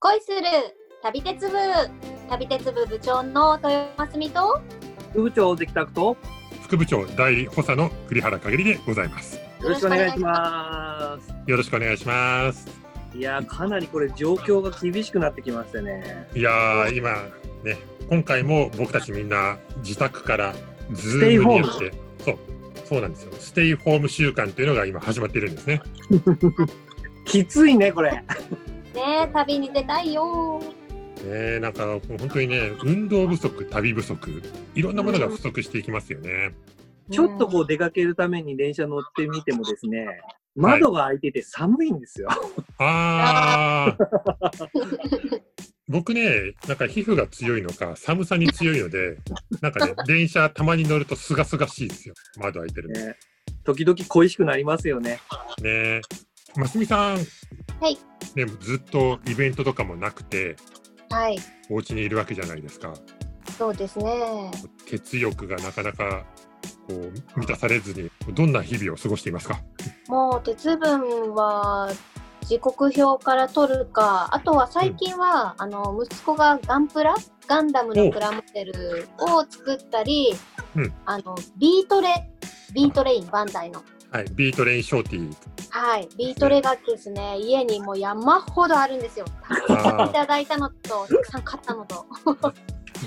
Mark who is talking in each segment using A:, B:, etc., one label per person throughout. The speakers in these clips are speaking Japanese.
A: 恋する旅鉄部旅鉄部部長の豊山澄と
B: 副部長関拓と
C: 副部長代理補佐の栗原かげりでございます。
B: よろしくお願いします。
C: よろしくお願いします。
B: いやーかなりこれ状況が厳しくなってきましたね。
C: いやー、今ね、今回も僕たちみんな自宅からズ
B: テイ
C: ーム
B: ホ
C: に
B: ーム
C: よって、そう、そうなんですよ。ステイホーム習慣というのが今始まっているんですね。
B: きついねこれ。
A: ねえ旅に出たいよ
C: ねえなんかもう本当にね、運動不足、旅不足、いろんなものが不足していきますよね。
B: ちょっとこう出かけるために電車乗ってみてもですね、窓が開いてて寒いんですよ。
C: あー。 僕ね、なんか皮膚が強いのか、寒さに強いので、な んかね、電車たまに乗るとすがすがしいですよ。窓開いてるの。
B: ね時々恋しくなりますよね。
C: ねえ、ますみさ
A: は
C: ん、
A: い
C: ね、ずっとイベントとかもなくて、
A: はい
C: お家にいるわけじゃないですか。
A: そうですね
C: 血欲がなかなかこう満たされずに、どんな日々を過ごしていますか。
A: もう鉄分は時刻表から取るかあとは最近は、あの息子がガンプラガンダムのプラモデルを作ったり、
C: うん
A: あのビートレビートレインバンダイの
C: はい、ビートレインショーティー。
A: はい、ビートレがですね、家にもう山ほどあるんですよ。たくさんいただいたのと、たくさん買ったのと。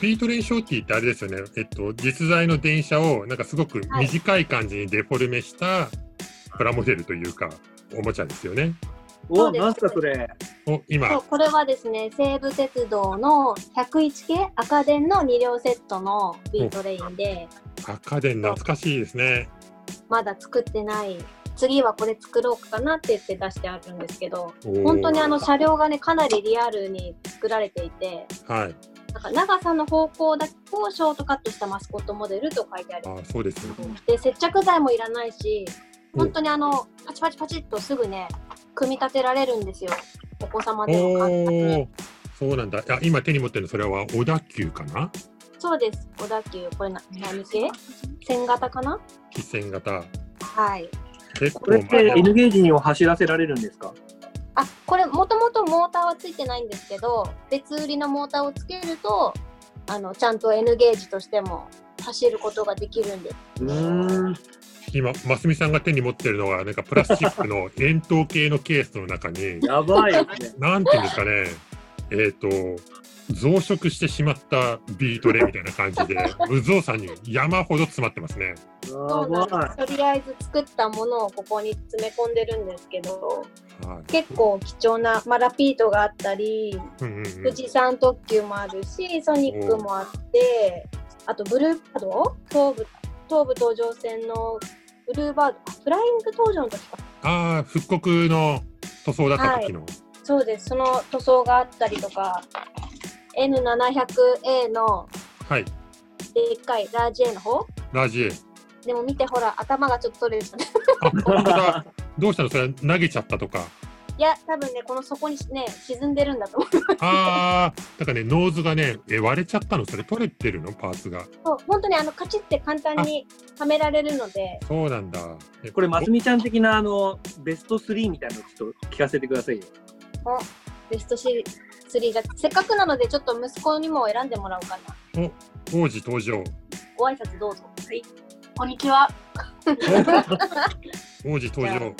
C: ビートレインショーティーってあれですよね。えっと実在の電車をなんかすごく短い感じにデフォルメしたプラモデルというかおもちゃですよね。
A: そ
B: お
A: うです
B: なんすかそれ。
C: お
A: そ
C: 今
A: う、これはですね、西武鉄道の101系赤電の2両セットのビートレインで、
C: 赤電懐かしいですね。
A: まだ作ってない。次はこれ作ろうかなって言って出してあるんですけど、
C: おー
A: 本当にあの車両がね、かなりリアルに作られていて、
C: はい。
A: なんか長さの方向だけをショートカットしたマスコットモデルと書いてあります
C: あそうですよ。
A: で接着剤もいらないし
C: お
A: 本当にあのパチパチパチっとすぐね組み立てられるんですよお子様でも簡単
C: お
A: に
C: お、そうなんだ。あ、今手に持ってるのそれは小田急かな？
A: そうです小田急これな何系線型かな
C: 非線型。
A: はい
C: 結
B: これ
C: 構
B: っ
C: 前
B: て N ゲージにも走らせられるんですか。
A: あこれもともとモーターはついてないんですけど別売りのモーターをつけるとあのちゃんと N ゲージとしても走ることができるんです
B: うーん。
C: 今ますみさんが手に持ってるのはなんかプラスチックの円筒形のケースの中に
B: やばいですね。
C: なんていうんですかね。えっ、と。増殖してしまったビートレみたいな感 じで、無造作に山ほど詰まってますね。
A: そうな
B: や
A: ん
B: ば
A: ですとりあえず作ったものをここに詰め込んでるんですけど
C: はい。
A: 結構貴重な、まあ、ラピートがあったり
C: うんうんうん
A: 富士山特急もあるしソニックもあって、あとブルーバード東部東武東上線のブルーバードあフライング登場の時か
C: ああ、復刻の塗装だった時の。
A: そうですその塗装があったりとか N700A の
C: はい。
A: でっかいラージ A の方
C: ラジエ。
A: でも見てほら頭がちょっと取れてた
C: あ、本当だ。どうしたの、それ投げちゃったと か。
A: いや多分ねこの底にね沈んでるんだと思う
C: ああ、だからね、ノーズがね、え割れちゃったの、それ取れてるの、パーツが。
A: そう本当にあのカチッて簡単にはめられるので
C: そうなんだ。え
B: これますみちゃん的なあのベスト3みたいなのちょっと聞かせてくださいよ。
A: ベストシ3がせっかくなのでちょっと息子にも選んでもらおうかな
C: 王子登場。
A: ご挨拶どうぞはい
D: こんにちは。
C: 王子登場。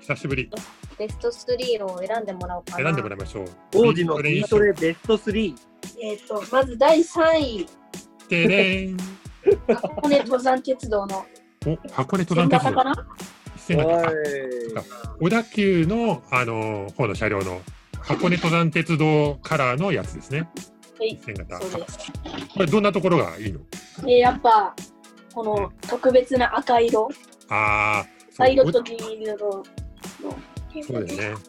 C: 久しぶり。
A: ベスト3を選んでもらおうかな。
C: 選んでもらいましょう。
B: 王子のビート
C: レ
B: レベスト3。
D: えっ、と、まず第3位、
C: てれん。
D: 箱根登山鉄道の
C: お、箱根登
D: 線
C: 山鉄
D: 型
C: 道
D: か。な
C: 線形あ
B: い
C: 小田急の、あのー方の車両の。箱根登山鉄道カラーのやつですね。
D: はい、
C: 線型。
D: そうです。
C: これどんなところがいいの。
D: で、やっぱ、この特別な赤色、
C: ああ。そう
D: パイロット銀色の。
C: そうだよね。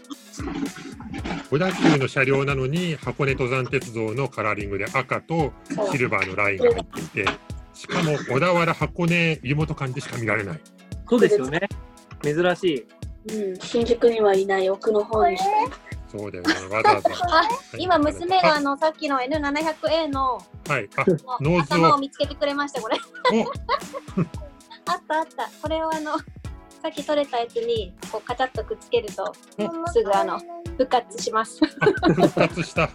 C: 小田急の車両なのに箱根登山鉄道のカラーリングで赤と
D: そう
C: シルバーのラインが入っていて、しかも小田原箱根湯本間でしか見られない。
B: そうですよね。珍しい。
D: うん、新宿にはいない奥の方にし
C: そうだよね。わざわ ざ。はい
A: 今娘があ
C: あ
A: のさっきの N700A の
C: はい。あ、
A: この
C: ノーズ
A: 頭を
C: を。
A: 見つけてくれましたこれ。
C: お、
A: あったあった。これをあのさっき取れたやつにこうカチャッとくっつけるとすぐあの復活し ます。
C: 復活した。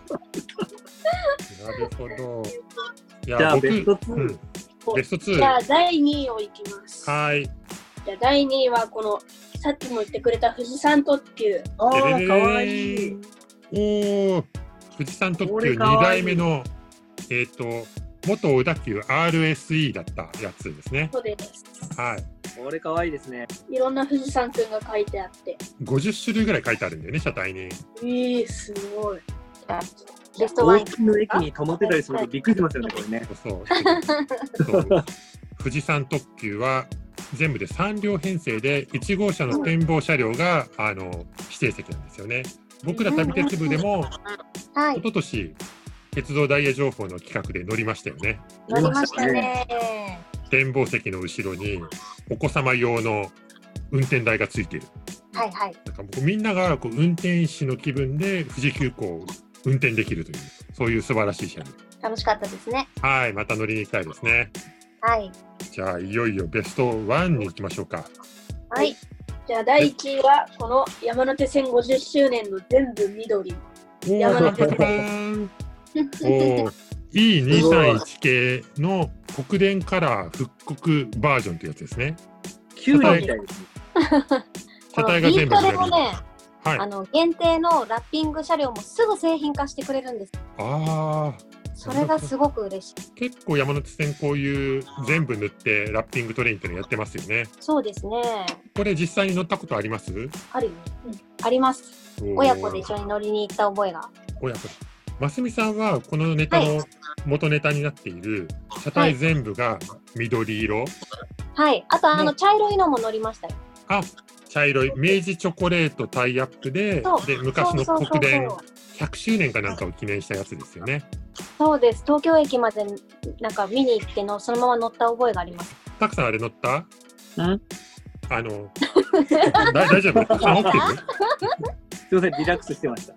C: なるほど。い
B: じゃ
C: や、
B: あ
C: 僕、
B: ベスト2
C: うん、ベスト
D: じゃ
C: 2。
D: あ第2位をいきます。
C: はーい。
D: じゃあ第2位はこのさっきも言ってくれた富士山特急。
B: ああ、
C: えー
B: かわいい。
C: おお、富士山特
B: こ
C: 急
B: れか
C: 2
B: わいい
C: 代目の、えっ、と、元小田急 RSE だったやつですね。
D: そうです。
C: はい。
B: これかわいいですね。
D: いろんな富士山くんが書いてあって。
C: 50種類ぐらい書いてあるんだよね、車体に。
D: ええすごい。
A: ベストワ
B: 大
A: ン。
B: きの駅に止まってたりするとびっくりしますよね、これね。
C: そう。そう富士山特急は全部で3両編成で1号車の展望車両が、あの指定席なんですよね。僕ら旅鉄部でも
A: は
C: 一
A: い。
C: 昨年鉄道ダイヤ情報の企画で乗りましたよね。
A: 乗りましたね。
C: 展望席の後ろにお子様用の運転台がついている。
A: はいはい。
C: なんかもうみんながこう運転士の気分で富士急行を運転できるというそういう素晴らしい車両。
A: 楽しかったですね。
C: はい、また乗りに行きたいですね。
A: はい。
C: じゃあいよいよベスト1に行きましょうか。
A: はい。
D: じゃあ第1位はこの山手線50周年の全部緑。
C: おお、
D: 山
B: 手
C: おー E231 系の国電カラー復刻バージョンというやつですね。
B: キュウリみたいですね。
A: この
C: 車体が
A: ビー
C: 全部
A: トで
C: 左に
A: もね、
C: はい。
A: あ
C: あ
A: の限定のラッピング車両もすぐ製品化してくれるんです。
C: あ
A: それがすごく嬉しい。
C: ー、結構山手線こういう全部塗ってラッピングトレインっていうのやってますよね。
A: そうですね。
C: これ実際に乗ったことあります？
A: あるよね。うんあります。
C: おー
A: 親子で一緒に乗りに行った覚えが。
C: 親子。ますみさんはこのネタの元ネタになっている車体全部が緑色、
A: はい。あとあ
C: ね
A: の茶色いのも乗りましたよ。
C: あ茶色い明治チョコレートタイアップで
A: そう
C: で昔の
A: そうそう
C: 国
A: そう
C: 電
A: そう。
C: 100周年かなんかを記念したやつですよね。
A: そうです。東京駅までなんか見に行ってのそのまま乗った覚えがあり ます。
C: たくさんあれ乗った
B: ん
C: あの、 だ大丈夫あ持ってる
B: すいません、リラックスしてました。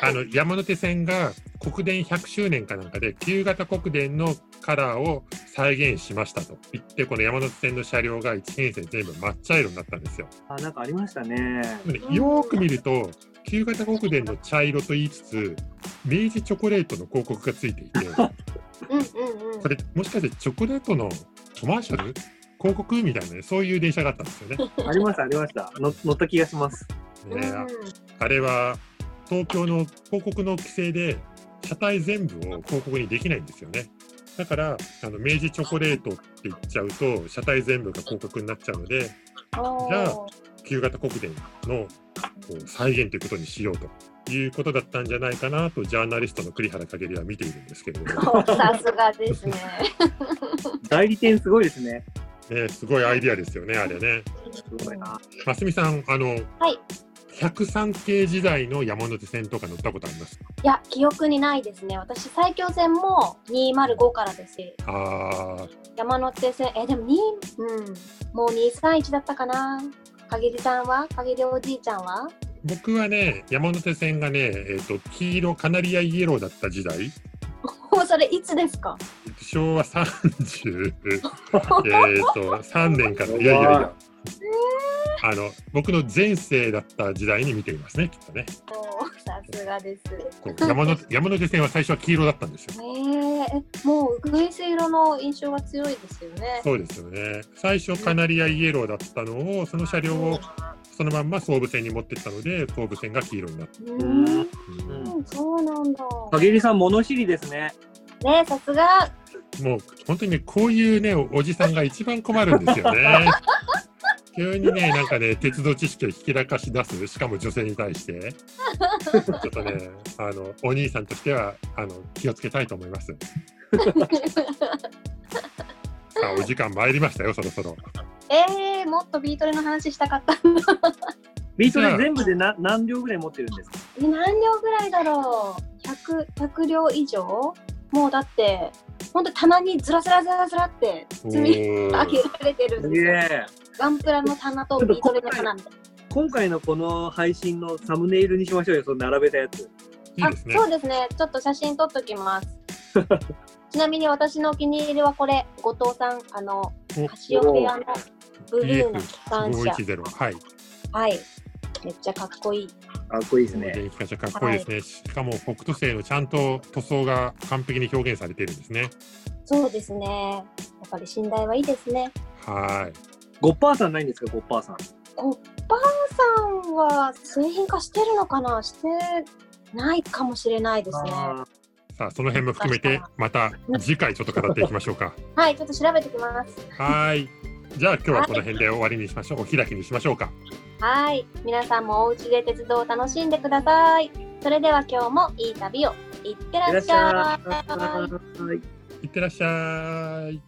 C: あの、山手線が国電100周年かなんかで、旧型国電のカラーを再現しましたと言って、この山手線の車両が1編成全部抹茶色になったんですよ。
B: あ、なんかありましたね。
C: でもねよーく見ると、旧型国電の茶色と言いつつ、明治チョコレートの広告がついていて、
A: うんうんうん
C: こ。れもしかしてチョコレートのコマーシャル広告みたいなね、そういう電車があったんですよね。
B: ありました、ありました。の乗った気がします。
A: うん
C: ねあれは東京の広告の規制で車体全部を広告にできないんですよね。だからあの明治チョコレートって言っちゃうと車体全部が広告になっちゃうので
A: お
C: じゃあ
A: ー
C: 旧型国電のこう再現ということにしようということだったんじゃないかなとジャーナリストの栗原かげりは見ているんですけれども、
A: さすがですね。
B: 代理店すごいですね。
C: ね、すごいアイディアですよねあれね。
B: すごいな。
C: ますみさんあの、
A: はい
C: 103系時代の山手線とか乗ったことあります
A: いや、記憶にないですね。私、埼京線も205からですし、
C: あー
A: 山手線、え、でも2、うん、もう231だったかな。影りさんは影りおじいちゃんは
C: 僕はね山手線がね、えー、と黄色カナリアイエローだった時代
A: もう それいつですか
C: 昭和30えーと3年からいやいやいやあの僕の前世だった時代に見ていますねきっとね
A: もう、さすがです。
C: こう山手山手線は最初は黄色だったんですよ
A: ねえ、もう、グイス色の印象が強いですよね。
C: そうですよね最初カナリアイエローだったのをその車両をそのまんま総武線に持ってったので総武線が黄色になった、
A: う
B: うん
A: ん、そうなんだ。
B: 影りさん、物知りですね。
A: ねえ、さすが。
C: もう本当にね、こういうね、おおじさんが一番困るんですよね。急にね、なんかね、鉄道知識をひきらかし出す、しかも女性に対して。ちょっとね、あの、お兄さんとしては、あの、気をつけたいと思います。さあ、お時間参りましたよ、そろそろ。
A: ええもっとビートルの話したかった。
B: ビートで全部でな何両ぐらい持ってるんですか
A: え何両ぐらいだろう 100, 100両以上もうだってほんと棚にずらずらずらずらって
C: お
A: 積み上
C: ー
A: げられてるんですよガンプラの棚とビートルの棚みたいな
B: 今回のこの配信のサムネイルにしましょうよ、その並べたやつ。
C: いいですね
A: あ。そうですねちょっと写真撮っときます ちなみに私のお気に入りはこれ後藤さんあの
C: お
A: カシオペアのブルーの機関車
C: EF510。はい。
A: はいめっちゃかっこいい。
B: かっこいいですね。
C: 電気化車かっこいいですね。しかも北斗星のちゃんと塗装が完璧に表現されているんですね。
A: そうですね。やっぱり寝台はいいですね。
C: は
B: ゴッパーさんないんですか、ゴッパーさん。
A: コッパーさんは製品化してるのかなしてないかもしれないですね。
B: あー
C: い。さあその辺も含めてまた次回ちょっと語っていきましょうか。
A: はい、ちょっと調べてきます。
C: はい。じゃあ今日はこの辺で終わりにしましょう。お開きにしましょうか。
A: はい、皆さんもお家で鉄道を楽しんでください。それでは今日もいい旅を。いってら
B: いら
A: っ
B: っ
A: し
B: し
A: ゃい。
B: ゃい。
C: いってらっしゃい。